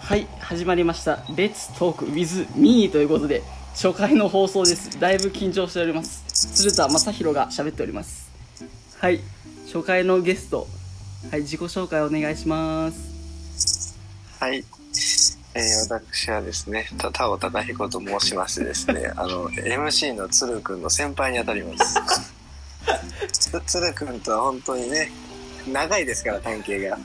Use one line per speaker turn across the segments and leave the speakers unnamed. はい始まりました「Let's Talk with Me」ということで初回の放送ですだいぶ緊張しております鶴田正宏が喋っておりますはい初回のゲストはい自己紹介お願いします
はい。えー私はですね、た田尾忠彦と申しましてです ね、あの、MC の鶴くんの先輩にあたります。つ鶴くんとは本当にね、長いですから、関係が。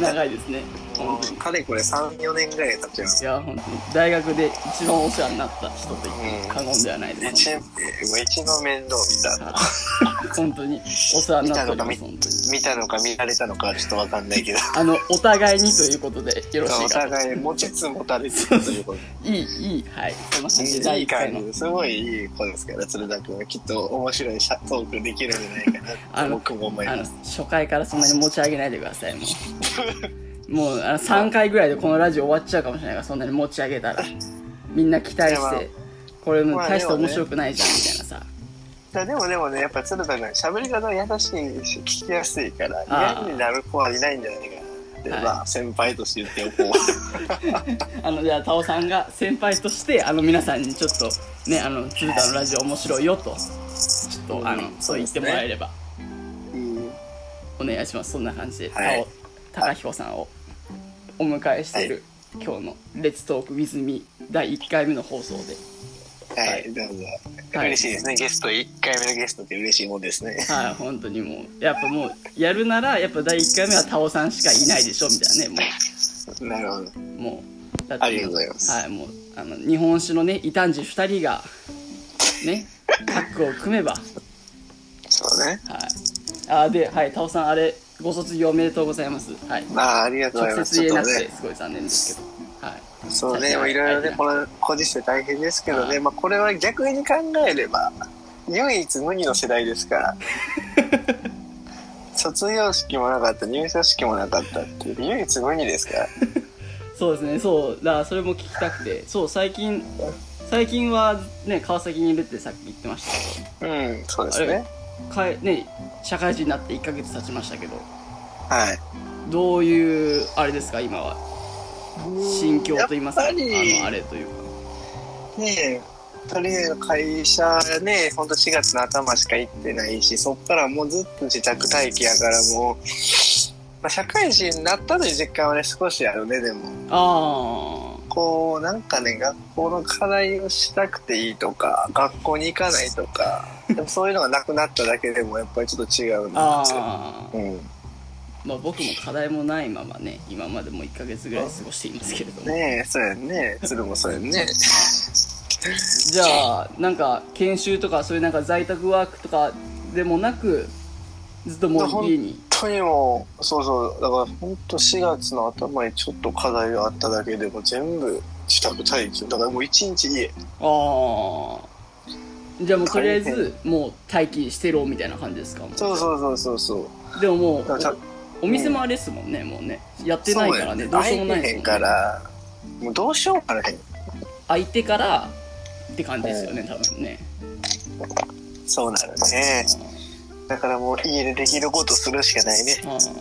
長いですね
も
本当
う
に
かれこれ3、4年ぐらい経っちゃいます
い。や本当に大学で一番お世話になった人と言って過言ではないです
一、えーもう一の面倒見た。
本当にお世話になっております本当に
見たのか見られたのかはちょっとわかんないけど。
あのお互いにということでよろし
お
いか
互い持ちつ持たれつということ
いいいいはいそんな感じで
で。
第
い
1
い
回
感
の
じですごいいい子ですから、鶴田くんはきっと面白いシャトークできるんじゃないか
あの
なと僕も思い
あ
ま
の
す。
初回からそんなに持ち上げないでくださいもうもうあの3回ぐらいでこのラジオ終わっちゃうかもしれないからそんなに持ち上げたらみんな期待
いやま
し
あ
てこれもう
まあ
大して
でもね
面白くないじゃんみたいなさ
だでもでもねやっぱ鶴田が喋り方が優しいし聞きやすいから
あー
嫌になる子はいないんじゃないかなって、
はい
まあ先輩として言っておこう
あのじゃあ田尾さんが先輩としてあの皆さんにちょっとねあの鶴田のラジオ面白いよとちょっとあの
うん
そう言ってもらえれば
うん
お願いしますそんな感じで
はい
田尾高彦さんをお迎えしている今日の「レッツトーク WithMe」第1回目の放送で
はいどうぞ、
はい
嬉しいですねゲスト1回目のゲストって嬉しいもんですね
はい、本当にもう、やっぱもう、やるなら、やっぱ第1回目はタオさんしかいないでしょ、みたいなね、
なるほど
もう、もう、だっ
ありがとうございます
はい、もう、あの、日本酒のね、異端児2人が、ね、タッグを組めば、は
そうね
い。あ、で、はい、タオさん、あれ、ご卒業おめでとうございます。はい。
まあありがとうご
直
ざいま
接
す
言え
ちょ
な
っと
くて、
ね
すごい残念ですけど、はい。
そうねまあいろいろねこのご時世大変ですけど
はい
ね、まあ、これは逆に考えれば唯一無二の世代ですから卒業式もなかった入社式もなかったっていう唯一無二ですから
そうですね、そう、だからそれも聞きたくて、そう、最近、最近はね、川崎にいるってさっき言ってましたけど、
うん、そうです
あれ
ね。
かえね社会人になって1ヶ月経ちましたけど
はい。
どういうあれですか今は心境と言いますかあ
やっぱり
のあれというか
ねえ、とりあえず会社ね、ほんと4月の頭しか行ってないし、そっからもうずっと自宅待機やからもう、まあ、社会人になったという実感はね、少しあるね、でも。
あ
こう、なんかね、学校の課題をしたくていいとか、学校に行かないと か、でもそういうのがなくなっただけでも、やっぱりちょっと違う
あ
なって。
ああ、
うん。
まあ、僕も課題もないままね今までも1ヶ月ぐらい過ごしていますけれども、
ねえ、そうやんね。鶴もそうやんね。
じゃあなんか研修とかそういうなんか在宅ワークとかでもなくずっともう家に
本当にもうそうそうだから本当4月の頭にちょっと課題があっただけでも全部自宅待機だからもう一日家
ああじゃあもうとりあえ
大
ずもう待機してろみたいな感じですかもう
そうそうそうそうそう
でももう
だからちゃん
お店もあれですもんね、もうね。やってないからね、
そう
どうし
や
ようもな
ね
い
空い
ですもん、
てへん
ね
か。らもうどうしようかな
空いてからって感じですよね、多分ね。
そうなるねだからもう家でできることするしかないね
あー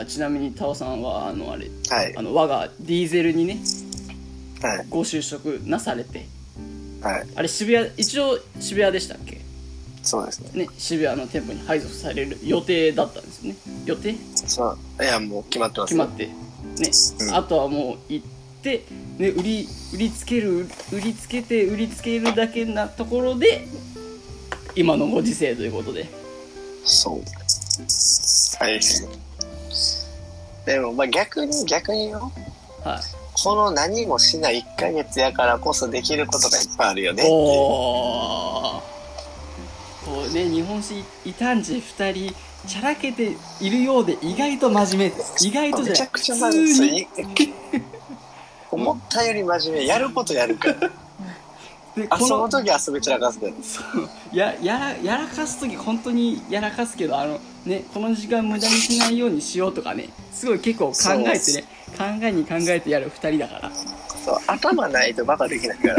あちなみに、タオさんは、あの、あれ、
はい
あの、我がディーゼルにね、
はい
ご就職なされて、
はい
あれ、渋谷、一応渋谷でしたっけ
そうですね
ね、渋谷の店舗に配属される予定だったんですよね。予定
そういやもう決まってます
決まって。ね、
うん
あとはもう行って、ね、売り、売りつける、売りつけて、売りつけるだけなところで、今のご時世ということで。
そう。はい。でも、まあ逆に、逆によ。
はい。
この何もしない1ヶ月やからこそできることがいっぱいあるよね。
おーこうね日本史異端児2人ちゃらけているようで意外と真面目です意外とじゃ
めち
ない
ゃくちゃ
普
真
通
面
に
目。思ったより真面目。やることやるから。
でこ
遊ぶ
の
とき遊び散らかすから。
そうややらやらかす時本当にやらかすけどあのねこの時間無駄にしないようにしようとかねすごい結構考えてね考えに考えてやる2人だから
そう頭ないとバカできないから。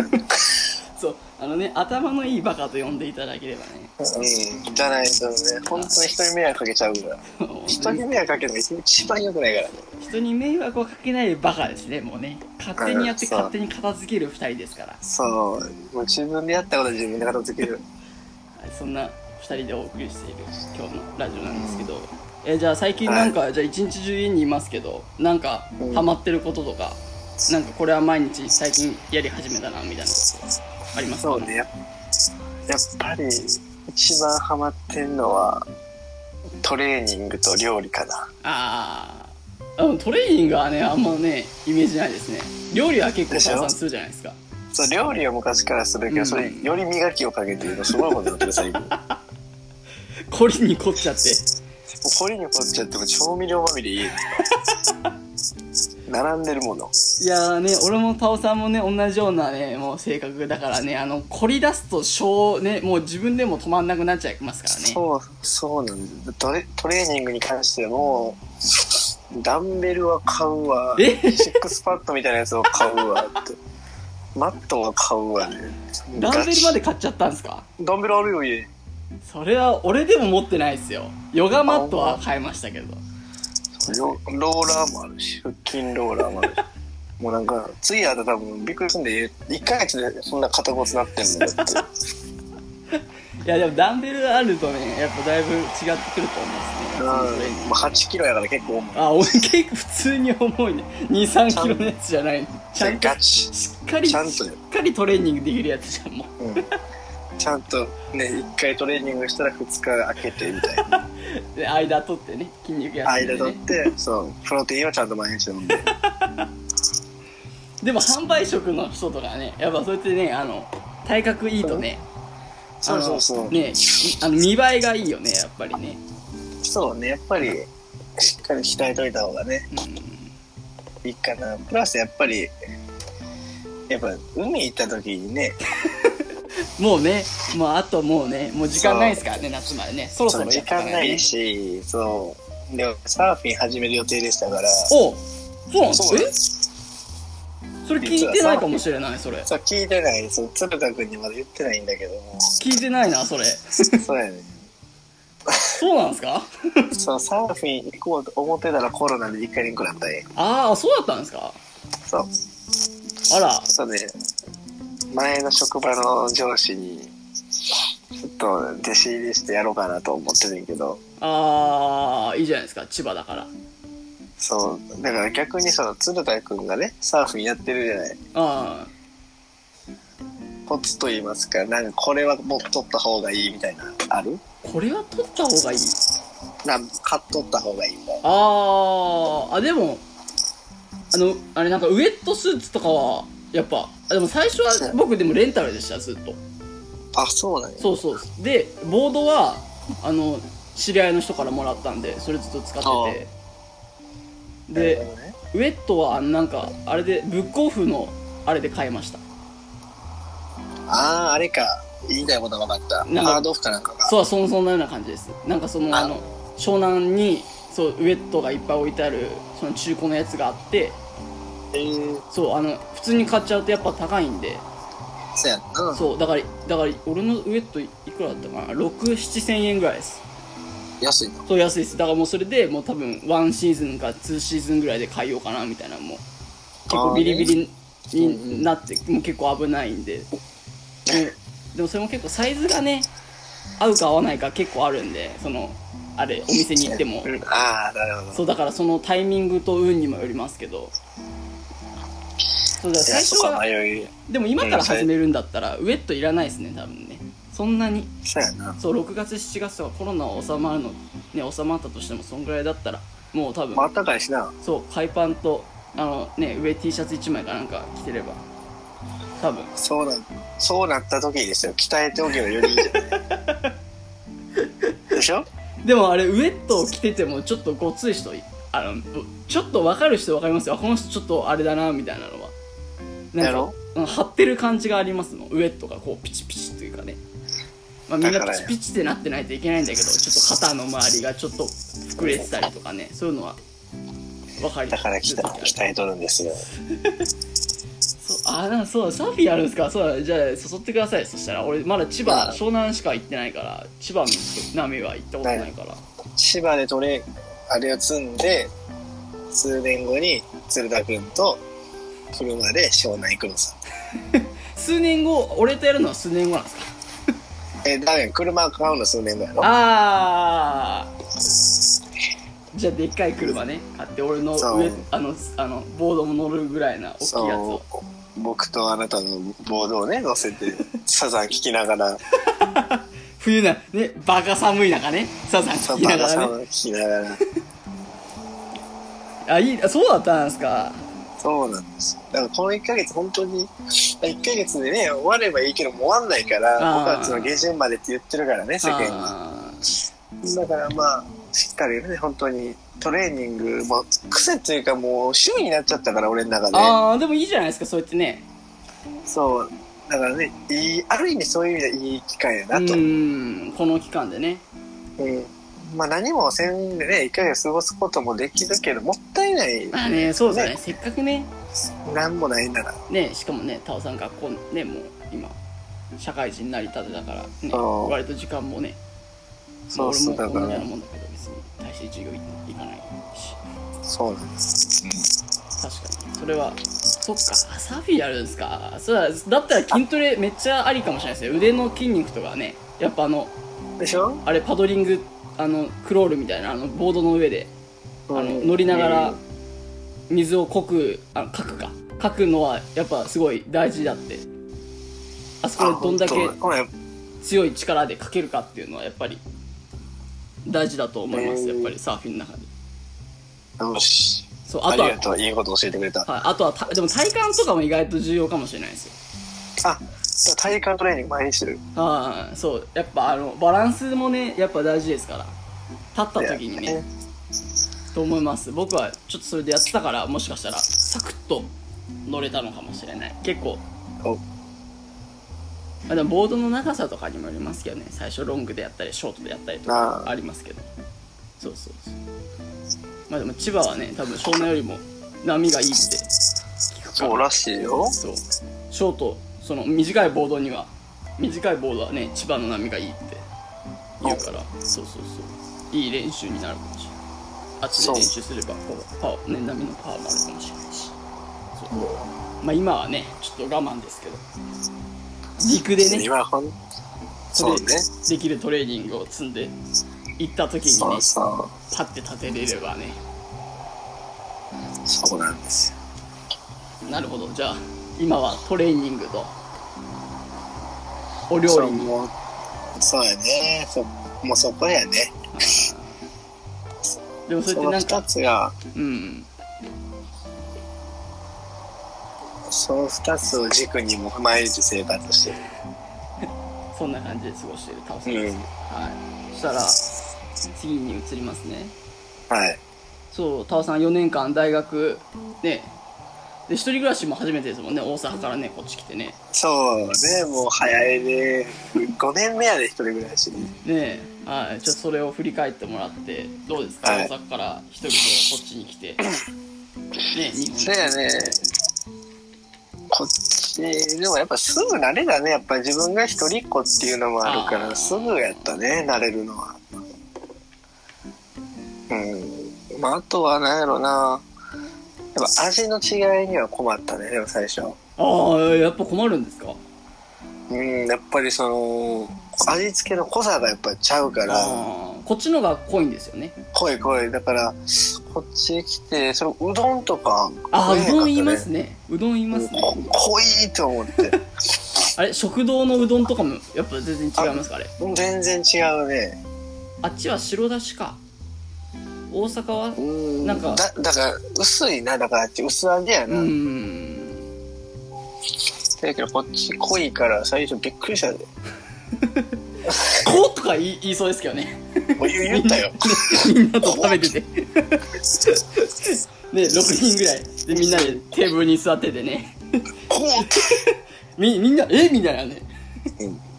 そうあのね頭のいいバカと呼んでいただければね
うん、じゃないとね、本当に人に迷惑かけちゃうから。
もう
人に迷惑かけるのが一番良くないからね。
人に迷惑をかけないバカですねもうね勝手にやって勝手に片付ける2人ですから
そう、もう自分でやったことは自分で片付ける。
はいそんな2人でお送りしている今日のラジオなんですけど、えじゃあ最近なんか、じゃあ一日中家にいますけどなんか
うん
ハマってることとか、なんかこれは毎日最近やり始めたなみたいなことありますか
そうね、やっやっぱり一番ハマってんのは、トレーニングと料理かな。
ああトレーニングはねあんまねイメージないですね料理は結構
でしょ
さんするじゃないですか
そう、料理は昔からするけど、
うん
それより磨きをかけてるのすごいことになって る、最近。もう
こりに凝っちゃって
凝りに凝っちゃっても調味料まみれ家に。並んでるもの。
いやーね俺もタオさんもね同じようなねもう性格だからねあの凝り出すと小ねもう自分でも止まんなくなっちゃいますからね
そう、そうなんです。トレトレーニングに関しても、ダンベルは買うわ。
え
シックスパッドみたいなやつを買うわ って。マットは買うわね。
ダンベルまで
ガ
買っちゃったんですか
チダンベルあるよ、家。
それは俺でも持ってないですよヨガマットは買いましたけど
ロローラーもあるし、腹筋ローラーもあるし。もうなんか、次やったら多分びっくりするんで、1ヶ月でそんな肩こつなってんのだって。
いやでもダンベルあるとねやっぱだいぶ違ってくると
うん。
思
ま
うんですねそのトレーニン
あ
グ
8キロやから結構重い。
あ俺結構普通に重いね23キロのやつじゃないのちゃんと
ガチ。
しっかり
ちゃんと
しっかりトレーニングできるやつじゃんもう
うん。ちゃんとね、1回トレーニングしたら2日空けてみたいな。
で間取ってね筋肉やって、
間
ね、
取って、そう、プロテインをちゃんと毎日飲んで。
でも販売職の人とかねやっぱそうやってねあの体格いいとね
そうそうそう。
ねいあの見栄えがいいよねやっぱりね
そうね、やっぱり、しっかり鍛えといた方がね、
うん
いいかな。プラスやっぱり、やっぱ海行った時にね、
もうねもうあともうねもう時間ないですからね夏までねそろそろ
時
やっとか
間ないし、そう。で、サーフィン始める予定でしたから、
おそうなんです
そう
え
です。
それ聞いてないかもしれないそれ
そう、聞いてない、そう、鶴田君にまだ言ってないんだ けども、
聞いてないなそれ
そうやね。
そうなんですか
そう、サーフィン行こうと思ってたらコロナで一回にくなったんや。
ああそうだったんですか
そう。
あら
そうね、前の職場の上司に、ちょっと弟子入りしてやろうかなと思ってるんやけど、
ああいいじゃないですか千葉だから
そう、だから逆にその鶴田くんがね、サーフィンやってるじゃない。
あ
コツと言いますか、なんかこれはもう取った方がいいみたいな、ある
ーこれは取った方がいい
なん買っとった方がいいみたい
あ
な。
ーあでもあのあれなんかウエットスーツとかはやっぱあでも最初は僕でもレンタルでしたずっと
あ、そうなんや。
そうそうでボードはあの知り合いの人からもらったんでそれずっと使ってて
な
で
るほどね、
ウエットはあのなんかあれでブックオフのあれで買いました
ああ、あれか。言いたいことが分かった。
なんか
ハードオフかなんかが。
そうそんそんなような感じですなんかそのあの湘南にそうウエットがいっぱい置いてあるその中古のやつがあって
えー、
そうあの普通に買っちゃうとやっぱ高いんで
そうやんな。
そうだからだから俺のウエットいくらだったかな67000円ぐらいです
安いの。
そう安いですだからもうそれでもう多分1シーズンか2シーズンぐらいで買いようかなみたいなもう結構ビリビリになってもう結構危ないんでででもそれも結構サイズがね合うか合わないか結構あるんでそのあれお店に行っても
うん、ああ、なるほど。
そうだからそのタイミングと運にもよりますけどそうだから最初は
安さ迷い。
でも今から始めるんだったらウエットいらないですね多分ねそんなに
そうやな。
そう6月7月とかコロナは収まるのね収まったとしてもそんぐらいだったらもう多分
まああったかいしな。
そう海パンとあのね上 T シャツ1枚かなんか着てれば多分
そうな、そうなった時にですよ。鍛えておけばよりいいんじゃないでしょ
でもあれウエットを着ててもちょっとごつい人あのぶちょっと分かる人分かりますよあこの人ちょっとあれだなみたいなのは
や
なん
ろ
かうん張ってる感じがありますもんウエットがこうピチピチというかね、まあ、みんな
だから
ピ
や
チピチってなってないといけないんだけどちょっと肩の周りがちょっと膨れてたりとかねそういうのは分かり
だから鍛え鍛えとるんですよ。
そうあなんかそうだサーフィンあるんですかそうだじゃあ誘ってくださいそしたら俺まだ千葉湘南しか行ってないから千葉の波は行ったことないから
千葉で取れ、あれを積んで、数年後に鶴田くんと車で湘南行くのさ。
数年後俺とやるのは数年後なんですか
え、ダメ、車買うの数年後やろ
ああじゃあでっかい車ね買って俺の
そ
上
う
あのあのボードも乗るぐらいな大きいやつを
そう、僕とあなたのボードをね、乗せて、サザン聞きながら、
冬なねバカ寒い中ねサザン
サ
聞き
バ
な
ン
が
サ
らね
ン聞きながら。
あいいあそうだったんですか
そうなんですよ。だからこの1ヶ月本当に、1ヶ月でね、終わればいいけど、もう終わんないから、
あー
5月の下旬までって言ってるからね、世間は。
あー
だからまあ、しっかりね、本当にトレーニング、も癖っていうかもう趣味になっちゃったから、俺の中で。
あーでもいいじゃないですかそうやってね
そう。だからね、いい、ある意味そういう意味でいい機会や
う
なと。
ーんこの期間でね
うんまあ何もせんでね、1ヶ月過ごすこともできるけど、もったいない、
まあねそうだねせっかくね
なんもないなら。
ねしかもねタオさん学校ねもう今社会人になりたてだからね
そう
割と時間もね
そうそう、
まあ
だ
俺も同じよう
から
な、もんだけど別に大して授業行かないし
そうなんです。
確かにそれはそっかあサーフィンやるんですかそうだだったら筋トレめっちゃありかもしれないですね腕の筋肉とかねやっぱあの
でしょ
あれパドリングあのクロールみたいなあのボードの上であの
うん
乗りなが
う
ら
ん
水をこくあかくかかくのはやっぱすごい大事だってあそこ
あ
でどんだけ
本当ほら、
強い力でかけるかっていうのはやっぱり大事だと思います
うん
やっぱりサーフィンの中で
よし。
そう
あ
あと
り
は
がとう。いいこと教えてくれた。
はい、あとはたでも体幹とかも意外と重要かもしれないですよ
あ、体幹トレーニング毎日してる。
ああそうやっぱあのバランスもねやっぱ大事ですから立った時にねと思います僕はちょっとそれでやってたからもしかしたらサクッと乗れたのかもしれない結構
お
あでもボードの長さとかにもよりますけどね最初ロングでやったりショートでやったりとか
ああ
ありますけどそうそうそうまあでも千葉はね多分湘南よりも波がいいって聞くから
そうらしいよ。
そうショートその短いボードには短いボードはね千葉の波がいいって言うからそうそうそういい練習になるかもしれないあっちで
そう
練習すればこうパワー、ね、波のパワーもあるかもしれないしそうまあ今はねちょっと我慢ですけど陸でね
今ほん、そうね。
できるトレーニングを積んで行った時に
そ
ね
うそ
立って立てれればね
う。そうなんですよ。
なるほどじゃあ今はトレーニングとお料理に
もう、そうやね。そ、もうそこやね。
でもそれって
その
なん
二
か
つが、
うん
その二つを軸にも毎日生活してる。
そんな感じで過ごしているタオさん
う
で
ん
す、はいそしたら次に移りますね
はい。
そうタオさん4年間大学ねで一人暮らしも初めてですもんね大阪からねこっち来てね
そうね、もう早いね。5年目やで、一人暮らしに。
ねえはいちょっとそれを振り返ってもらってどうですか、
はい
大阪から一人でこっちに来てね日本に
そうやね。こっち、でもやっぱすぐ慣れだね。やっぱ自分が一人っ子っていうのもあるか
あー
ら、すぐやったね、慣れるのは。うん。まあ、あとは何やろな。やっぱ味の違いには困ったね、でも最初。
ああやっぱ困るんですか
うん、やっぱりその、味付けの濃さがやっぱちゃうから、
あーこっちのが濃いんですよね
濃い濃い。だから、こっち来て、そのうどんとか、
ああうどん言います
ね。
ねうどん言いますね
こ濃いと思って。
あれ食堂のうどんとかもやっぱ全然違いますかあれ
全然違うね。
あっちは白だしか大阪は
うん
なんか
だだから薄いなだからって薄味や
う
な、
ーん
だけどこっち濃いから最初びっくりしたで
「こ」とか言い言いそうですけどね
もう言う言ったよ
みんなと食べ ててで6人ぐらいでみんなでテーブルに座っててね
こうって
みみんな「えみたいなね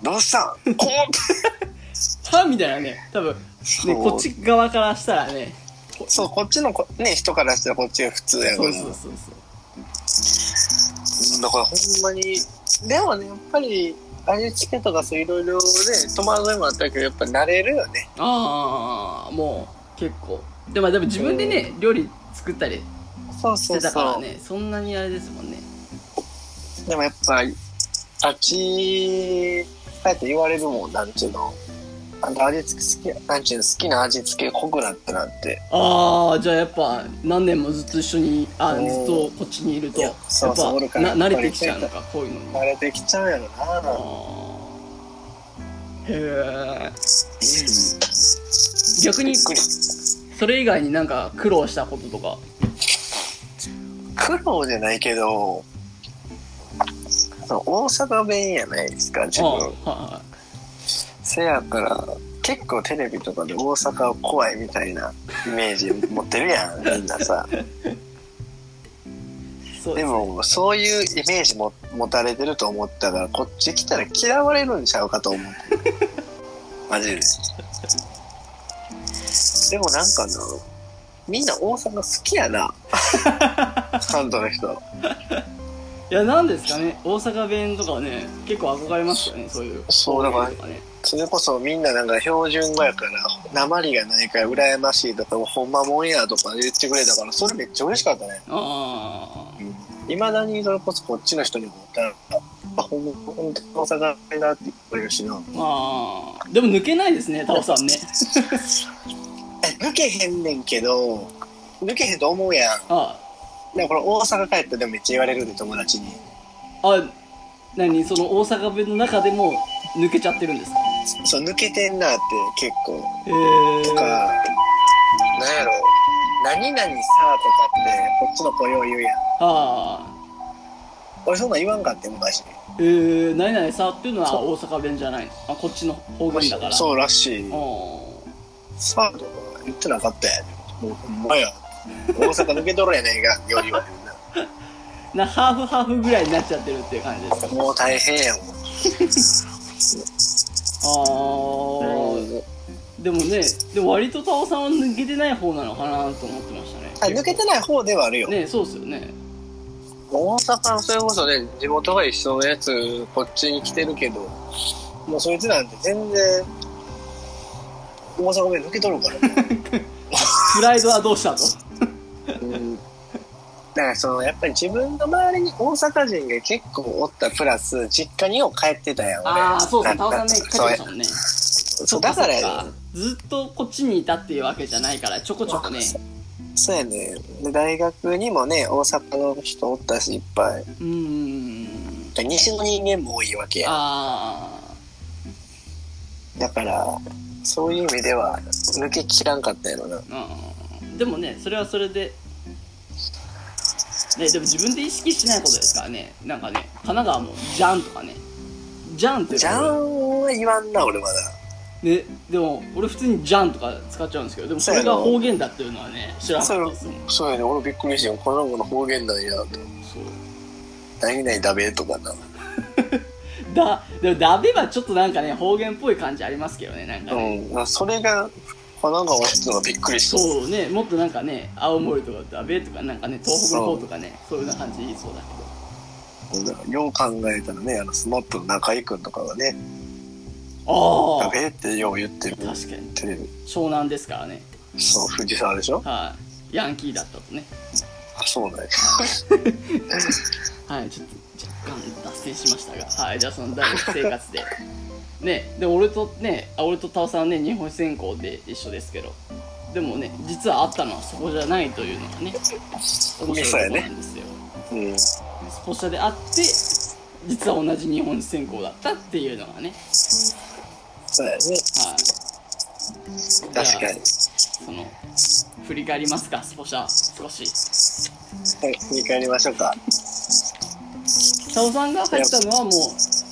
どうしたんこうっ
「はみたいなね多分ね
そう
こっち側からしたらね
てそうこっちのこね人からしたらこっちが普通やか
そ
ら
うそうそうそう
うん、だからほんまに、でもね、やっぱり、味付けとかそういろいろね、戸惑いもあったけど、やっぱ慣れるよね。
ああもう結構でもでも自分でね料理作ったり
そう
し
そ
て
う
たから
そう。
ねそんなにあれですもんね
でもやっぱ、あっち、だって言われるもん、なんちゅうの。あんた味付け好き、なんちゅうの、好きな味付け濃くなったなって。
ああじゃあやっぱ何年もずっと一緒にあず
うん
っとこっちにいると
い
や
や
っぱ
そうそうおるから
な慣れてきちゃうのかこういうのに
慣れてきちゃうやろ
あ
な。
ーへえ逆
逆
に
に
それ以外になんか苦労したこととか
苦労じゃないけど、その大阪弁やないですか、自
あ
分。
あは
せやから、結構テレビとかで大阪は怖いみたいなイメージ持ってるやん、みんなさ。
いはいそう
で
です
も、そういうイメージも持たれてると思ったから、こっち来たら嫌われるんちゃうかと 思う。マジで。でもなんかな、みんな大阪好き やな。関東の人。
いやなんですかね大阪弁とかはね結構憧れますよねそういう
そうだから
とかね
それこそみんななんか標準語やから、鉛がないから羨ましいとか、ほんまもんやとか言ってくれたから、それめっちゃ嬉しかったね。
ああ
いまだにそれこそこっちの人にもったら、あ、ほんま、ほんと大阪弁だって言われるしな。
ああでも抜けないですねタオさんね
え、抜けへんねんけど、抜けへんと思うやん。
あ
でもこれ大阪帰ったらでもめっちゃ言われるで、友達に。
あ何その大阪弁の中でも抜けちゃってるんですか
そう、抜けてんなって結構。
へ
とか、
え
なんやろ、何々さとかってこっちの子よう言うやん。
あ
俺そんなん言わんかって、昔。
あえー、何々さっていうのは大阪弁じゃないあこっちの方言だからう
そうらしい。
あ
さあとか言ってなかったやん。もうほんまや。大阪抜けとるやないか、よう言われるな。
ーなハーフハーフぐらいになっちゃってるっていう感じですか
もう大変やもん。
ああでもねでも割とタオさんは抜けてない方なのかなと思ってましたね
あ抜けてない方ではあるよ。
ねそうですよね
大阪、それこそね、地元が一緒のやつ、こっちに来てるけど、もうそいつなんて全然、大阪弁抜けとるから、ね。
プライドはどうしたと
うんだからその、やっぱり自分の周りに大阪人が結構おったプラス、実家にを帰ってたやん、俺。
ああそうそう
な
タオさんね帰ってき
そう
ましたもんね
そう、だから
そっ
や
そっずっとこっちにいたっていうわけじゃないからちょこちょこね
そうやねで大学にもね、大阪の人おったし、いっぱい。
うーん
で西の人間も多いわけやん。
あ
だから、そういう意味では、抜けきらんかったやろな。
ーあーでもねそれはそれで、ね、でも自分で意識しないことですからねなんかね神奈川も「じゃん」とかね「じゃん」って
じゃ
ん
んは言わんな、俺まだ。
ねでも俺普通に「じゃん」とか使っちゃうんですけどでもそれが方言だっていうのはね知らなかったですもん
そうやね、俺びっくりしてよ。この子の方言なんや、と。
そう
何々だべとかな。
だでもダベはちょっとなんかね方言っぽい感じありますけどねなんか
う
ね、
ん。あそれが、神奈川人がびっくりした。
そうねもっとなんかね青森とかダベとかなんかね東北の方とかねそういうような感じ言いそうだけど
だからよう考えたらね、あの、スマップの中居くんとかがね、
ああ
だべってよう言ってる。
確かに
テレビ。
湘南ですからね
そう、藤沢でしょ
はいヤンキーだったとね
あ、そうなんや。
はいちょっと若干脱線しましたがはいじゃあその大学生活で ねで俺とねあ俺とタオさんはね日本選考で一緒ですけどでもね実はあったのはそこじゃないというのがね面
そ
白
う
い
や
とこな
ね。
んですよ
うん。
スポシャであって実は同じ日本選考だったっていうのがね
そうやね。
はいじゃあ
確かに。
その振り返りますかスポシャ少し
はい、振り返りましょうか。
タオさんが入ったのはもう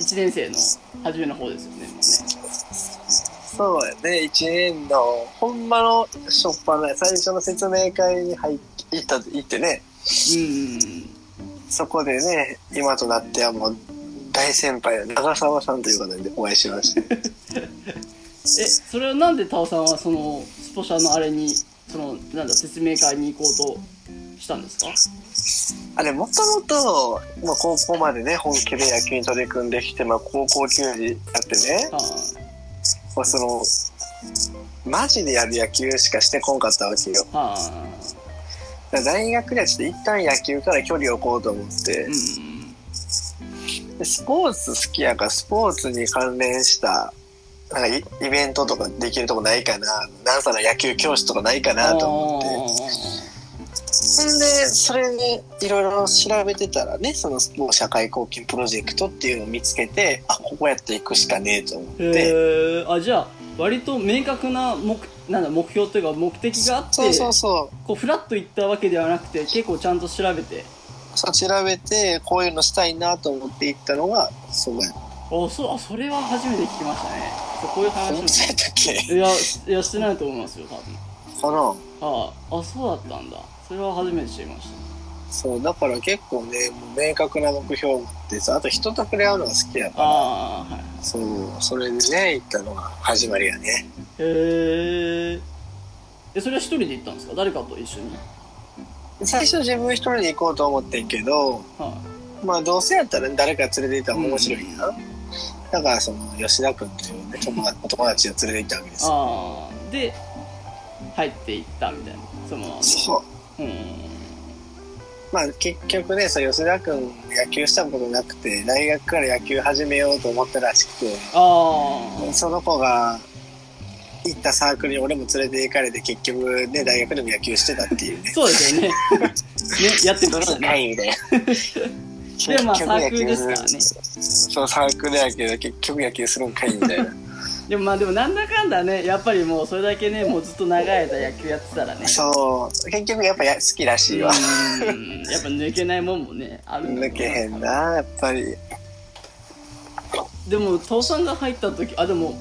1年生の初めの方ですよねもうね
そうやね、1年の、ほんまの、しょっぱな、最初の説明会に入っ行った、行ってね、
う
そこでね、今となってはもう、大先輩の長澤さんという方でお会いしまして、
んえそれはなんでタオさんはそのスポシャのあれにそのなんだ説明会に行こうとしたんですか
あれ、もともと、まあ、高校までね、本気で野球に取り組んできて、まあ、高校球児やってね、
あ
まあ、その、マジでやる野球しかしてこんかったわけよ。
あああ
だから大学ではちょっと一旦野球から距離を置こうと思って
う、ん
でスポーツ好きやから、スポーツに関連した、なんかイイベントとかできるとこないかな、なんさら野球教室とかないかなと思って。そんでそれにいろいろ調べてたらねそのスポーツ社会貢献プロジェクトっていうのを見つけてあここやっていくしかねえと思っ
へ
て、
えあじゃあ割と明確な目なんだ目標というか目的があって
そうそうそ
こうフラッと行ったわけではなくて結構ちゃんと調べて
うそう調べてこういうのしたいなと思って行ったのがそうや
あそうあそれは初めて聞きましたねそうこういう話
思
も
ってたっけ
いやいやしてないと思いますよ多分
かな
あああそうだったんだそれは初めて知りまし
そうだから結構ねもう明確な目標があってさあと人と触れ合うのが好きや
た
から
ああはい
そうそれでね行ったのが始まりやね
へーえそれは一人で行ったんですか誰かと一緒に
最初自分一人で行こうと思ってんけど
は
まあどうせやったら誰か連れて行ったら面白いな、だからその吉田君という、ね、友達友達を連れて行ったわけで
い
すよ
ああで入っていったみたいなその
そ
う
う
ん
まあ結局ねそう吉田君野球したことなくて大学から野球始めようと思ったらしくて
あ
その子が行ったサークルに俺も連れて行かれて結局ね大学でも野球してたっていう
あ
ね
そうですよねねやってました
な
ね
いみたいな
でもまあサークルですからね
結局野球するそうサークルやけど結局野球するんかいみたいな
でもまあでもなんだかんだねやっぱりもうそれだけねもうずっと長い間野球やってたらね
そう結局やっぱや好きらしいわ
うんやっぱ抜けないもんもねあるんだと思い
抜
ます
けへんなやっぱり
でも父さんが入った時あでも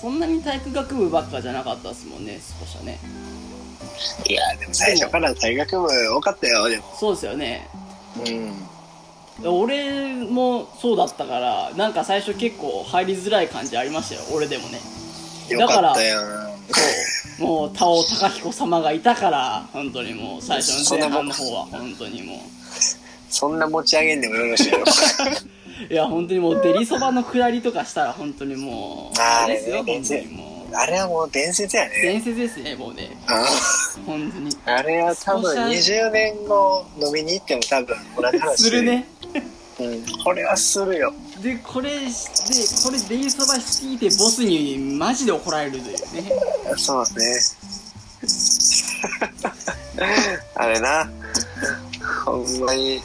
そんなに体育学部ばっかじゃなかったですもんね少しはね
いやでも最初から大学部多かったよでも
そうですよね
うん
俺もそうだったからなんか最初結構入りづらい感じありましたよ俺でもね
よかったやん
そうもう田尾貴彦様がいたから本当にもう最初の前半の方は本当にもう
そんな持ち上げんでもよろし いよ
いや本当にもうデリそばの下りとかしたら本当にもう
あー
あれですよ
あれ
本
ね
当にもう
あれはもう伝説やね
伝説ですねもうね
あ
本当に
あれは多分20年後飲みに行っても多分同じ話
するね
うんこれはするよ
でこれでこれデリそばしすぎてボスにマジで怒られるというね
そうね あれなほんまに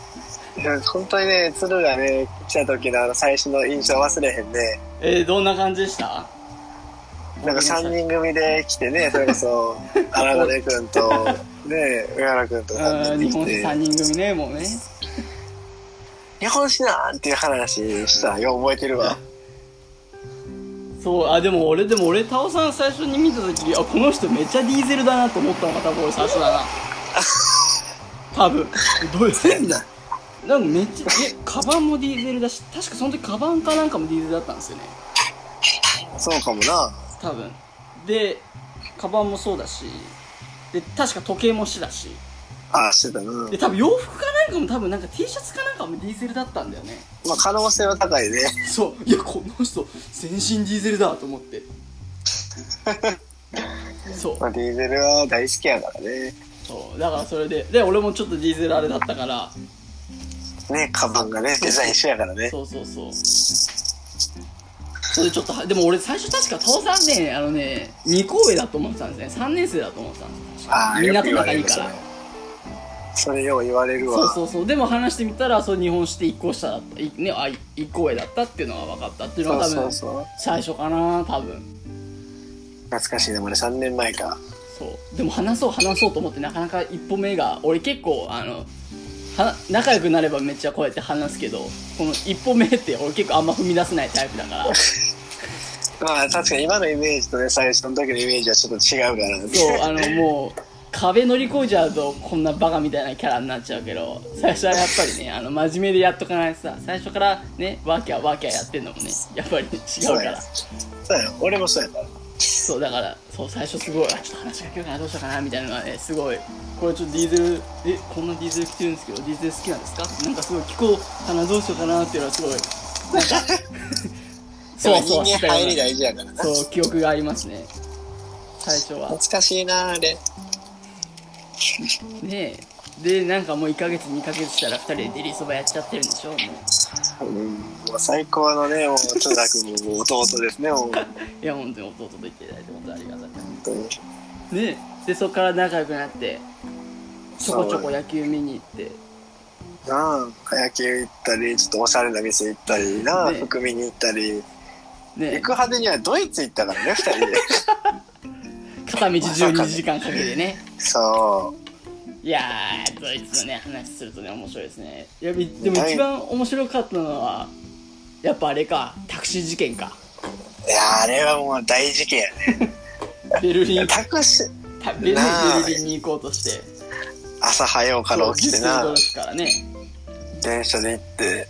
いや本当にね鶴がね来た時のあの最初の印象忘れへんね
えー、どんな感じでした
なんか3人組で来てねそれ こそ荒金君とね上原君と3
うん
人
日
で来
本
て
人3人組ねもうね
「日本史なん!」っていう話したよう覚えてるわ
そうあでも俺でも俺タオさん最初に見た時あこの人めっちゃディーゼルだなと思ったのが多分俺最初だ な多分どういう
だ
なんかめっちゃえカバンもディーゼルだし確かその時カバンかなんかもディーゼルだったんですよね
そうかもな
多分でカバンもそうだしで確か時計もしだし
ああしてたな
で多分洋服かなんかも多分なんか T シャツかなんかもディーゼルだったんだよね
まあ可能性は高いね
そういやこの人全身ディーゼルだと思って そう
まあディーゼルは大好きやからね
そうだからそれでで俺もちょっとディーゼルあれだったから
ねカバンがねデザイン一緒やからね
そうそうそうそれでちょっとはでも俺最初確か倒産ねあのね2校上だと思ってたんですね3年生だと思ってたんです
ああ
みん
よ
な
く
と
言わ
仲
れ
いい
る
か
それ
ら
それよう言われる
そう
わ
そうそうでも話してみたらそう日本史で1校下だったいねあ1校上だったっていうのが分かったっていうのが多
そう
分
そう
最初かな多分
懐かしいねもね3年前か
そうでも話そう話そうと思ってなかなか一歩目が俺結構あのは仲良くなればめっちゃこうやって話すけどこの一歩目って俺結構あんま踏み出せないタイプだ からそ
まあ確かに今のイメージとね最初の時のイメージはちょっと違うからね
うあのもう壁乗り越えちゃうとこんなバカみたいなキャラになっちゃうけど最初はやっぱりねあの真面目でやっとかないとさ最初からねワーキャーワーキャーやってんのもねやっぱり、ね、違う
そう
か
や
ら。
そうや俺もそうやから
そうだからそう最初すごいあちょっと話しかけようかなどうしようかなみたいなのがねすごいこれちょっとディーゼルえこんなディーゼル着てるんですけどディーゼル好きなんですかなんかすごい聞こうかなどうしようかなっていうのはすごいなんかそうそうし
人間
たよ
入
う
り
な
大事やからな。
そう記憶がありますね最初は
懐かしいな、あれ。
ねえでなんかもう1ヶ月2ヶ月したら2人でデリそばやっちゃってるんでしょもう
うん、もう最高のね、もう、つだくんも弟ですね、もう、本
いや本当に弟と言っていただいて本当にありがたい
当に。
ねえでそこから仲良くなってちょこちょこ野球見に行って
なあ、野球行ったり、ちょっとおしゃれな店行ったり、なあ、
ね
福見に行ったり、
ねえ
行く派手にはドイツ行ったからね、二人で。
片道12時間かけてね
そ
いやードイツのね話するとね面白いですねいやみでも一番面白かったのはやっぱあれかタクシー事件か
う。いやあ、あれはもう大事件やね。
ベルリン
タクシー、
たベル
なあ
ベルリンに行こうとして
朝早うから起きて
そう
な
10、時からね
電車で行 って、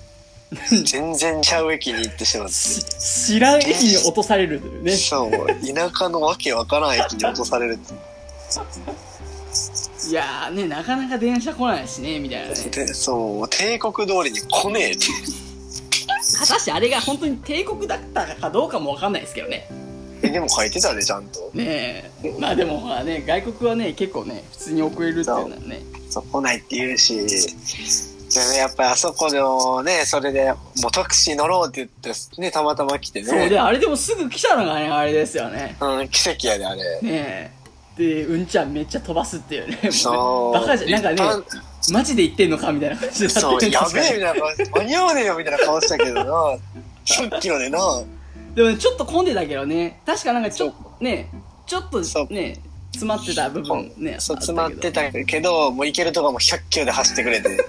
全然ちゃう駅に行ってしまって。
し知らん駅に落とされるというね
そう、田舎のわけわからん駅に落とされるって。
いやーねなかなか電車来ないしねみたいなね
でそう、帝国通りに来ねえって。
果たしてあれが本当に帝国だったかどうかもわかんないですけどね
えでも書いてたで、ちゃんと。
ねえまあでもほらね外国はね結構ね普通に遅れるっていうのはね
そう、来ないって言うし。でね、やっぱりあそこでもね、それでもうタクシー乗ろうって言って、ね、たまたま来てね。
そうであれでもすぐ来たのがねあれですよね
うん、奇跡やで、あれ。
ねえでうんちゃんめっちゃ飛ばすっていうねもう
そ
ね
う。
バカじゃなんかね
一般
マジで言ってんのかみたいな感じで
そう、やべえ
ね
みたいな顔、間に合わねえよみたいな顔したけどな。100キロでな。
でもねちょっと混んでたけどね確かなんかちょっ
そ
とねちょっと
そう
ね詰まってた部分ね
そう、
あたけど
詰まってたけど、もう行けるとこも100キロで走ってくれて。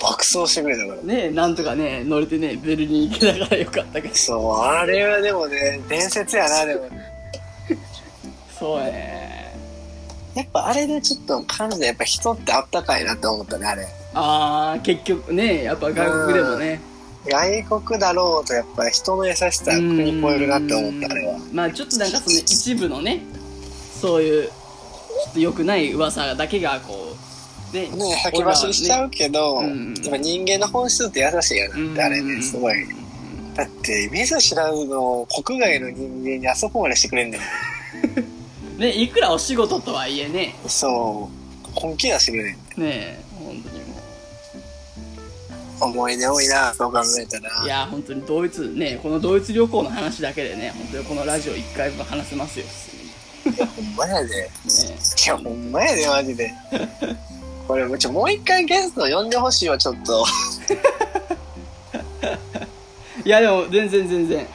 爆走してくれたから。
ねなんとかね乗れてねベルリン行けたからよかったけど
そう、あれはでもね、伝説やな、でも。
そうね
やっぱあれでちょっと感じで、やっぱ人ってあったかいなって思ったね、あれ。
ああ結局ねやっぱ外国でもね
外国だろうと、やっぱ人の優しさは国越えるなって思った、あれは
う。んまあちょっとなんかその一部のねそういうちょっと良くない噂だけがこうね
ね先走りしちゃ
う
うけど、
俺らはねうん
やっぱ人間の本質って優しいやなって、あれ
う
ね、
ん
すごい。だって、見ず知らずの国外の人間にあそこまでしてくれんねん。
ねいくらお仕事とはいえね
そう、本気出してくれんねん。
ね本当にも
思い出多いな、そう考えたら。
ういや本当にドイツねこのドイツ旅行の話だけでね本当にこのラジオ1回分話せますよ
ほんまやで。
普通にね
いや、ほんまやで、マジで。これ、もうちょ、もう一回ゲスト呼んでほしいわ、ちょっと。
いやでも全然全然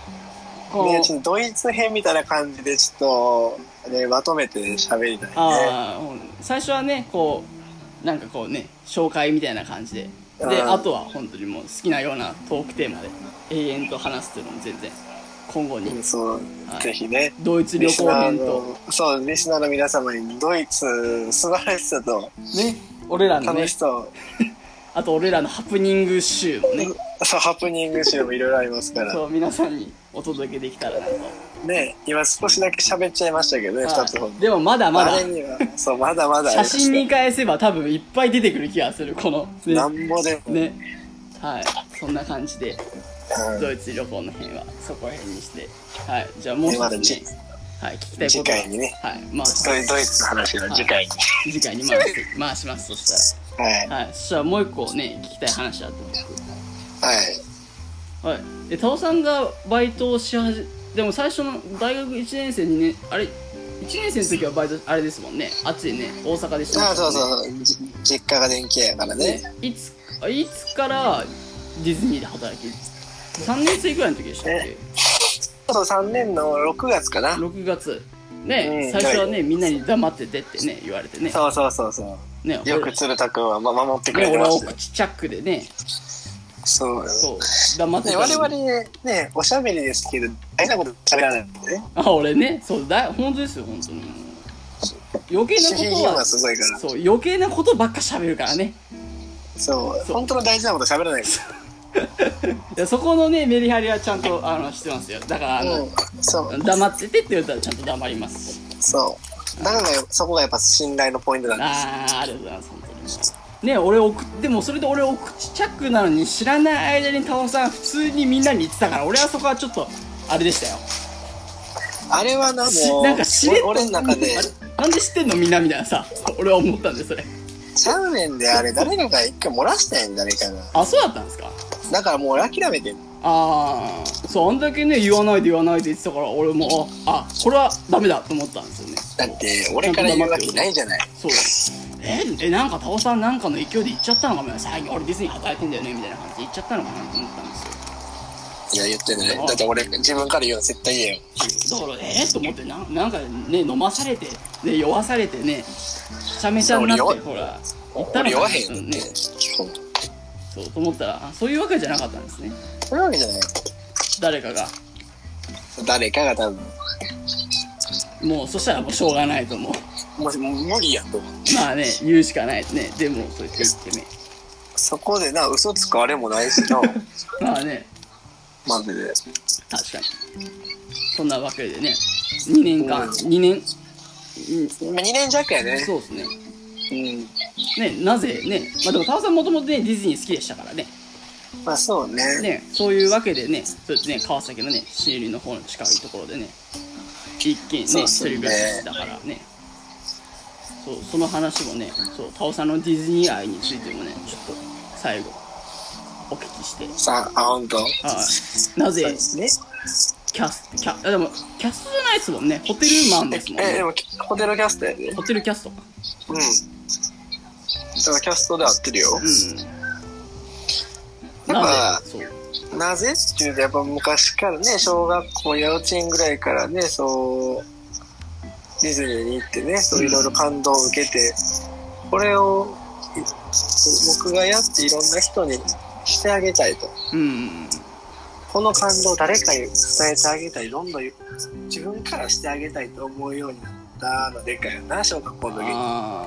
この
ね、ちょっとドイツ編みたいな感じで、ちょっと、ね、まとめて喋りたいね。
ああ、うん最初はねこうなんかこうね紹介みたいな感じでで
うん
あとは本当にもう好きなようなトークテーマで永遠と話すというのも全然今後
う
に
んそう
は、い
ぜひね。
ドイツ旅
リス
行
ナー
編と
の、そう、リスナーの皆様に、ドイツ、素晴らしさと、
ね俺らのね
楽しさを、
あと俺らのハプニング集もね
そう、ハプニング集もいろいろありますから
そ、う皆さんにお届けできたらなと
ね、今少しだけ喋っちゃいましたけどね、二
は
つほど
い。でもまだまだ
あれには、そう、まだまだあり
写
ました
真に返せば多分いっぱい出てくる気がするこの
なん
ね
ぼでも。
ねはいそんな感じで
うん
ドイツ旅行の辺はそこら辺にして、はい、じゃあもう一
ま
つ
だ
ね
じ、
はい、聞きたいことが
次回にね
はい、まあ、
ドイドイツの話は次回に。
次回に回す回しますそし
はい
た。らはいそしたらもう一個ね聞きたい話あって
はい。
僕はいえタオさんがバイトをしはじでも最初の大学1年生にねあれ1年生の時はバイトあれですもんねあっちでね大阪でしてま
あ
したも
あ、そ
ん
う
ね
そうそう。じ実家が電気屋やからね。
ねいつあいつからディズニーで働き3年生ぐらいの時でしたっけ
そう、3年の6月かな。
6月ね、
う
最
ん
初は
は
ねみんなに黙っててってね言われてね
そうそうそうそう。
ね
よく鶴田くんはま守ってく
俺
れて
俺
ま
はお
したよ。
口チャックでね
そう。
そう黙って
ね、
た
我々
のに
ね、おしゃべりですけど、大事なこと喋らないんでね。
あ俺ねそうだ本当ですよ本当に余計なこ
守秘義
と
務
は
がすごいから。
そう余計なことばっか喋るからね
そう。
そう
本当の大事なこと喋らないから。
いやそこのねメリハリはちゃんとあのしてますよだからあの、
うん、そう、
黙っててって言ったらちゃんと黙りますし
そう。だから、そこがやっぱ信頼のポイントなんです。
あーありがとうございます本当にね俺送ってもそれで俺送っちゃくなのに知らない間にタオさん普通にみんなに言ってたから俺はそこはちょっとあれでしたよ
あれはな、
し
もう、
なんかしれっと
俺俺の中で
あ、れなんで知ってんのみんなみたいなさ俺は思ったんでそれ
ちゃうねんであれ、誰かが一回漏らしたんじゃねえかな。
あそうだったんですか
だからもう俺諦めてん
ああそうあんだけね言わないで言わないで言ってたから俺もああこれはダメだと思ったんですよね
だって、俺から言うわけないじゃない。
そうええなんかタオさんなんかの勢いで言っちゃったのかな最近俺ディズニー働いてんだよねみたいな感じで言っちゃったのかなと思ったんですよ
いや、言ってない。だって俺、自分から言うの絶対言えよ。
だからえー、と思ってななんかね飲まされてね酔わされてねめちゃめちゃになって
俺酔
ほら言った
俺
の
酔
か
わ
な
へん
うん
よって
ね、
基本。
そうと思ったらあそういうわけじゃなかったんですね
そういうわけじゃないよ。
誰かが
誰かが多分、
もうそしたらもうしょうがないと思う
もうもう無理やと思う。
まあね言うしかないねでもそうやって言ってね
そこでな、嘘つくあれもないし な、
まあね
マジで。
確かにそんなわけでね2年間
うん
2年うん
2年弱やね。
そうですね
うん。
ねなぜねまあでもタワさんもともとねディズニー好きでしたからね
まあそうね。
ね、そういうわけでね、そうやってね、川崎のね、新入りの方の近いところでね、一軒
そ
ね、
うっ
一
すね
人暮らししてたからね、そう、その話もね、そう、タオさんのディズニー愛についてもね、ちょっと最後、お聞きして、
さあ、あ、ほんと。
はい、な
そう
ぜ
ですね。
キャス、キャ、あでも、キャストじゃないですもんね、ホテルマンですもん
え、で
ね。
も、ホテルキャストやで。うん。だか
ホテルキャストか。
らキャストで合ってるよ
う。ん。
なん
な
か
ぜそう。
なぜっていうと、やっぱ昔からね、小学校、幼稚園ぐらいからね、そう、ディズニーに行ってね、そういろいろ感動を受けて、これを、い僕がやっていろんな人にしてあげたいと。
うんうん
この感動を誰かに伝えてあげたい、どんどん自分からしてあげたいと思うようになったのでかいよな、小学校
う
の
ん。
時に。
あ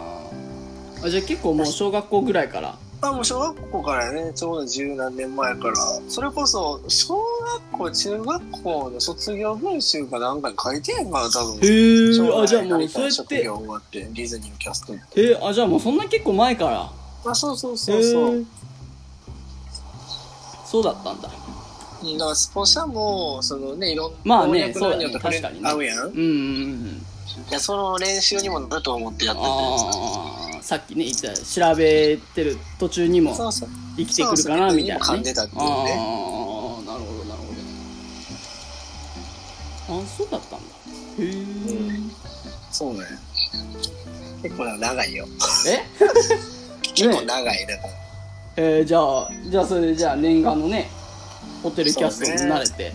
ーあ。じゃあ結構もう小学校ぐらいから。
まあもう小学校からね、ちょうど十何年前から、それこそ、小学校、中学校の卒業文集かなんかに書いてんから、多分。
へ
将
え、
来
あ、じゃあも
な
う
り
そ
た
うや
い
っ
職
て
業。終わって、ディズニーのキャスト。
えー、あじゃあもうそんな結構前から
まあそうそうそうそう。
へーそうだったんだ
うんだからスポシャも、そのね、いろんな、
まあね
翻訳のによっ
そ
て
うだね確かにね
合うやん。
うんうんうん
いや、その練習にもなると思ってやってて。
ああさっきね言ってた調べてる途中にも
そうそう。
生きてくるかなみたいな、
そう
ね
そう生きてくるにも噛んでたっ、ていう
ああなるほどなるほどあそうだったんだへ
そうね。結構長いよ。
え
結構長いだから。
えー、じゃあじゃあそれでじゃあ念願のねホテルキャストになれて、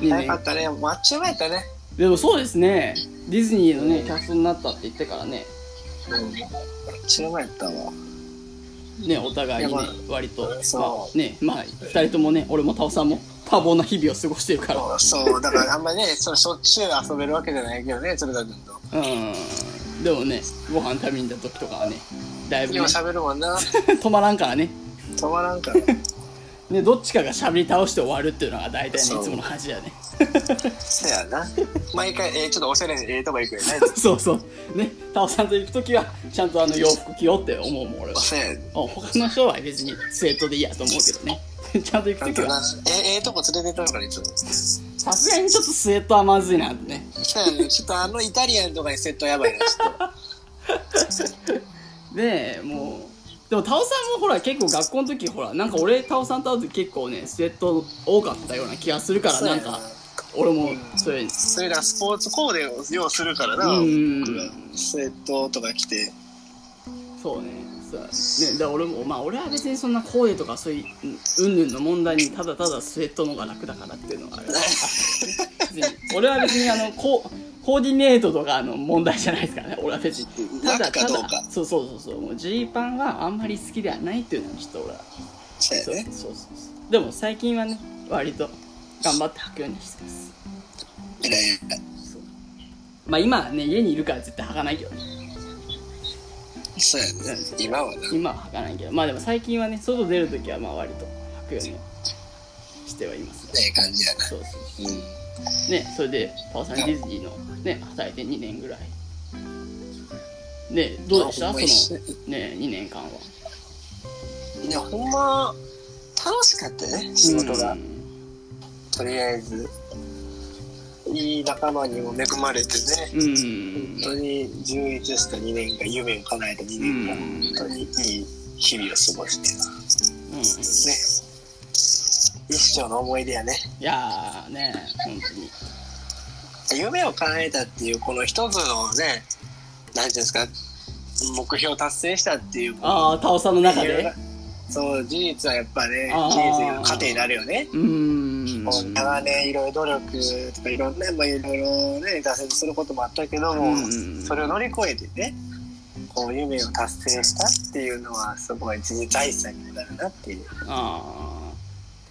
二
早かったね。もうあっちゅう間やったね。
でもそうですねディズニーのねキャストになったって言ってからね
うん。あっちゅう間やったわ。
ねお互いにね
いやま
割とま
そ
あねまあ2人ともね俺もタオさんも多忙な日々を過ごしてるから
そうそう、だからあんまり ね、そのしょっちゅう遊べるわけじゃないけどね、鶴田君と。
うんでもねご飯食べに行った時とかはねだいぶ、ね
今、喋るもんな、
止まらんからね
止まらんから。
ねどっちかがしゃべり倒して終わるっていうのが大体ね
そう
いつもの話だね
そやな。毎回、えーちょっとおしゃれにええとこ行くよね。
そうそうねタオさんと行く時はちゃんとあの洋服着ようって思うもん俺は
そや、
あ他の人は別にスウェットでいいやと思うけどね ちゃんと行
な
く時
んと
は
な、ええええとこ連れてったのから、いつも。
さすがにちょっとスウェットはまずいなってね
そやね、ちょっとあのイタリアンとかにセットやばいな、ちょっと。
でもうでもタオさんもほら結構学校の時ほらなんか俺タオさんと会う時結構ねスウェット多かったような気がするから
そう
な
や
んか俺もそれ
それだからスポーツコーデを要するからな、
うん
僕らスウェットとか着て。
そうねそうねだから俺もまあ俺は別にそんなコーデとかそういううんぬんの問題にただただスウェットの方が楽だからっていうのがある別に俺は別にあのココーディネートとかの問題じゃないですからね俺は別にただ
楽
た
かどう
だ
か
そうそうそうそうもうジーパンはあんまり好きではないっていうのはちょっと俺は
そや
そう
ね。
そうそうそうでも最近はね割と頑張って履くようにしてます
いやいや
そうまあ今はね家にいるから絶対履かないけどね
そうやね。今はな。
今は履かないけどまあでも最近はね外出るときはまあ割と履クをねしてはいますが
ええ感じやな。
そうそう
うん。
ねそれでパオさんディズニーのね働いて2年ぐらいねどうでしたそ
あほんま一緒
のね2年間はい
や、ほんま、楽しかったね、仕事が。
うん
とりあえず。いい仲間にも恵まれてね。
うん
本当に充実した2年間、夢を叶えた2年間、
うん
本当にいい日々を過ごしてね。
うん
一生の思い出やね。
いやーね本当に
夢を叶えたっていう、この一つのね、なんていうんですか、目標を達成したっていう、
ああタオさんの中で
そう、事実はやっぱね、
あー
人生の糧になるよね。
うーん
こう長年いろいろ努力とかいろんな、まあ、いろいろね挫折することもあったけども、
うん
それを乗り越えてねこう夢を達成したっていうのはすごい一時財産になるなっていう
ああ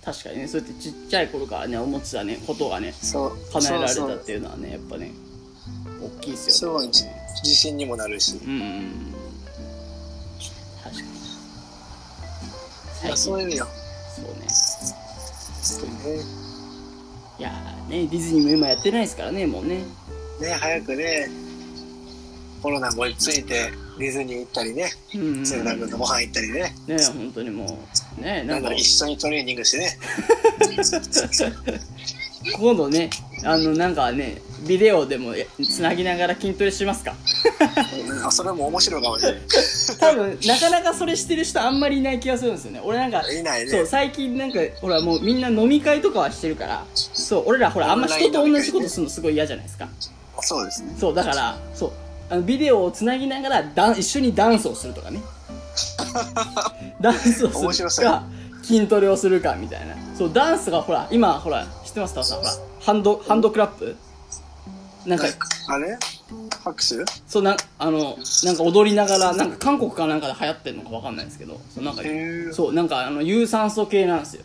確かにねそうやってちっちゃい頃からね思ってたねことがね
そう
叶えられ
そう
た
そ
っ
う
ていうのはねやっぱね大きいです
す
よ
ご
ね
いじ自信にもなるし、
うんうんうん確かに
ま
最
あ
近
そういう意味よ、
そうね
ね
いやーねディズニーも今やってないですからねもうね
ね、早くねコロナも落ち着いてディズニー行ったりね
うんうんうん
セブナ君とご飯行ったりね
ね本当にもうねな
なんん
か
か一緒にトレーニングしてね
今度ねあのなんかねビデオでもえつなぎながら筋トレしますか
うん それも面白いかもしれな
多分なかなかそれしてる人あんまりいない気がするんですよね俺なんか
いいないね
そう最近なんかほらもうみんな飲み会とかはしてるからそう俺らほらあんま人と同じことするのすごい嫌じゃないですか
そうですね
そうだからそうあのビデオをつなぎながらダン一緒にダンスをすると かねダンスを
面
す
白
る
そ
か
う
筋トレをするかみたいなそうダンスがほら今ほら知ってますかさんほらハンドハンドクラップなんか
あれ拍手
そうなんあのなんか踊りながらなんか韓国かなんかで流行ってるのかわかんないですけどそうなんか
へー
そうなんかあの有酸素系なんですよ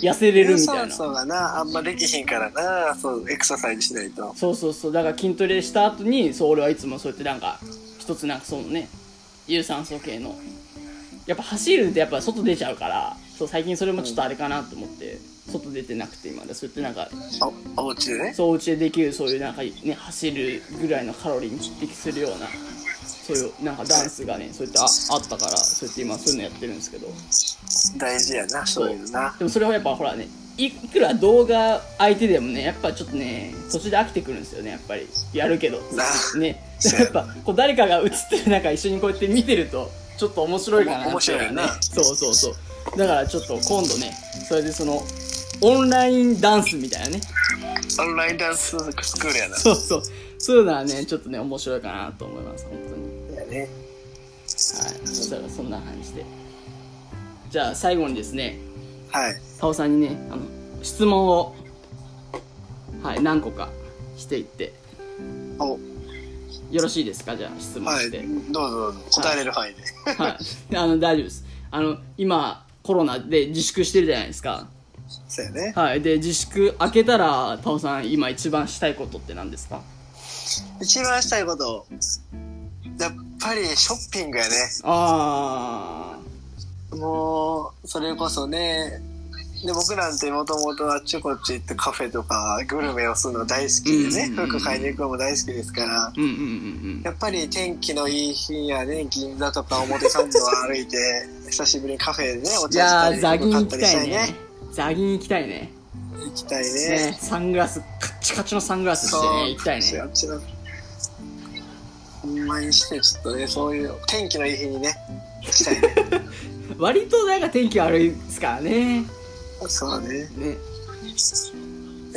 痩せれるみたいな
そうがなあんまできひんからなそうエクササイズしないと
そうそうそうだから筋トレした後にそう俺はいつもそうやってなんか一つなんかそのね有酸素系のやっぱ走るってやっぱ外出ちゃうからそう最近それもちょっとあれかなと思って、外出てなくて今でそうやってなんか
おお家でね
そうお家でできるそういうなんかね走るぐらいのカロリーに匹敵するようなそういうなんかダンスがねそうやってああったからそうやって今そういうのやってるんですけど
大事やなそういうのな
でもそれはやっぱほらねいくら動画相手でもねやっぱちょっとね途中で飽きてくるんですよねやっぱりやるけど
な
ね
そう
やっぱこう誰かが映ってる中一緒にこうやって見てるとちょっと面白いかなって
面白いよ
ね
な
そうそうそうだからちょっと今度ねそれでそのオンラインダンスみたいなね
オンラインダンススクールやな
そうそうそういうのはねちょっとね面白いかなと思います本当に
うやね
はいそしたらそんな感じでじゃあ最後にですね
はい
タオさんにねあの質問をはい何個かしていって
お
よろしいですかじゃあ質問
は
し
い
て、
どうぞどうぞ答えれる範囲で、
はい、あの大丈夫ですあの今コロナで自粛してるじゃないですか
そうやね
はいで自粛明けたらタオさん今一番したいことって何ですか
一番したいことやっぱりショッピングやね
あ
もうそれこそねで僕なんてもともとあっちこっち行ってカフェとかグルメをするの大好きでね、
うんうんうん
服買いに行くのも大好きですから、
ーうんうんうん
やっぱり天気のいい日やね、銀座とか表参道を歩いて、 久しぶりにカフェでね、お
うんいや
茶
ー
し
ザ
たり、
ギン
買
行
った
き
りしたた
い
い
ね
ね。
ザギン行きたいね
行きたい
ね
ね。
サングラスカッチカチのサングラスしてね行きたいね
あっちの。ほんまにして、ちょっとね、そういう、天気のいい日にね、したいね。
割となんか天気悪いですからね
そうね。
ね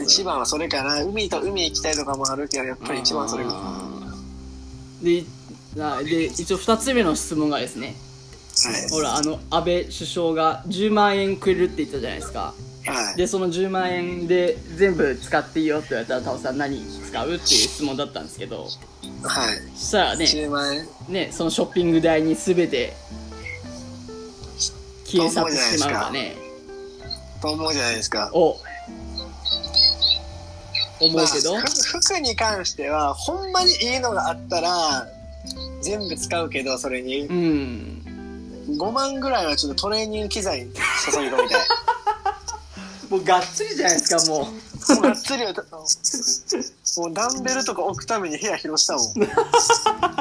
一番はそれかな。海と海行きたいとかもあるけど、やっぱり一番はそれかな。は
あーでなで一応2つ目の質問がですねほらあの安倍首相が10万円くれるって言ったじゃないですか
い。はい。
でその10万円で全部使っていいよって言われたらタオさん何使うっていう質問だったんですけど
はい。
そしたらね
10万円。
ねそのショッピング代に全て消え去ってしまうかね
と思うじゃないですか。
を思うけど、
まあふ服に関してはほんまにいいのがあったら全部使うけどそれに
うん
5万ぐらいはちょっとトレーニング機材に注ぎ込みたい。
もうがっつりじゃないですか、も
もうがっつりは、もうダンベルとか置くために部屋 広したもん。
う。ちょ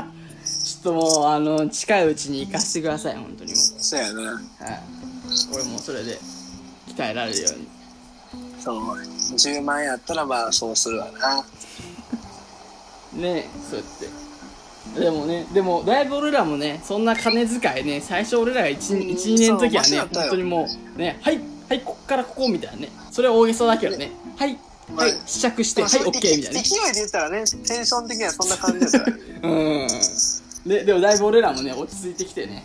っともう、あの、近いうちに行かせてください、本当にも
そうやな。
う。はい。俺もそれで、鍛えられるように。
そう。10万円あったらまあそうするわな。
ねそうやってでもねでもだいぶ俺らもねそんな金遣いね最初俺らが
うん
12年の時は
そう
ね
間違ったよ
本当にもうねはいはいこっからここみたいなねそれは大げさだけどねはいはい
まあ
試着して
ま
は
あ
い
そう
OK みたいなね
勢いで言ったらね、テンション的にはそんな感じですから、ね。
うんででもだいぶ俺らもね落ち着いてきてね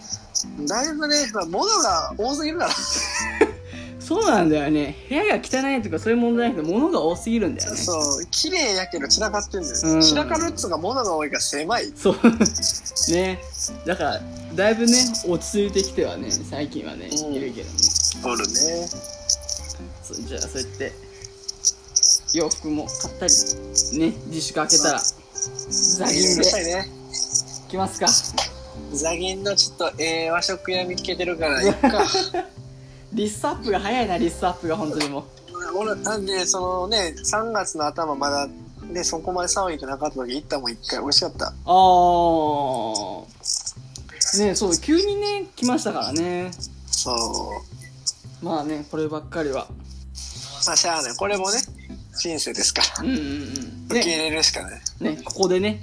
だいぶね、まあ、物が多すぎるから。
そうなんだよね部屋が汚いとかそういう問題じゃなくて物が多すぎるんだよね
そう、綺麗やけど散らかってんだ
う
よ
ん
ね。散らかるっつうか物が多いから狭い。
そう ねだからだいぶね落ち着いてきてはね最近はね
うん
いるけどね
おるね。
そじゃあそうやって洋服も買ったりね自粛開けたらザギン
うる
で
さいね。
来ますか
ザギンのちょっとええ和食屋見つけてる から、いっか。
リストアップが早いなリストアップが本当にもう
俺なんでそのね3月の頭まだねそこまで騒ぎがなかった時行ったもん一回美味しかった
ああねそう急にね来ましたからね
そう
まあねこればっかりは
まあしゃあないこれもね人生ですから
うんうんうん
受け
ね
入れるしかない、
ねここでね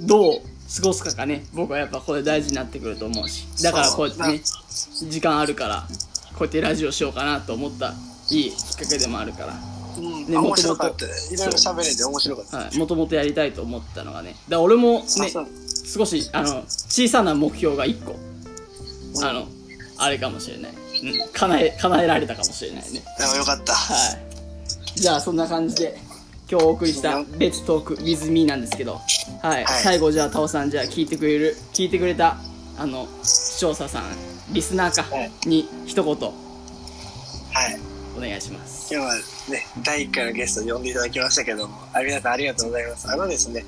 どう過ごすかがね僕はやっぱこれ大事になってくると思うしだからこうやってね時間あるからこうやってラジオしようかなと思ったいいきっかけでもあるから
うん、
ね
面白かったいろいろ
そ
喋れて面白かった
はい、もともとやりたいと思ったのがね、だから俺もね、
あそう
少し、あの、小さな目標が1個、あの、あれかもしれない。うん、叶え、叶えられたかもしれないね。
でもよかった
はい。じゃあ、そんな感じで、今日お送りした、レッツトーク with me なんですけど、はい。最後、じゃあ、タオさん、じゃあ、聞いてくれる、聞いてくれた、あの、視聴者さん、リスナーか
はい、
に、一言、
はい
お願いします。
今日はね第1回のゲスト呼んでいただきましたけどもあ皆さんありがとうございますあのですね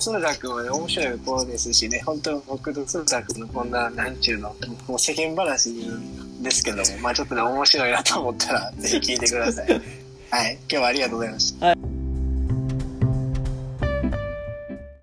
鶴田君はね面白い子ですしね本当に僕と鶴田君のこんななんちゅうのもう世間話ですけども まあちょっとね面白いなと思ったらぜひ聞いてくださいはい今日はありがとうございました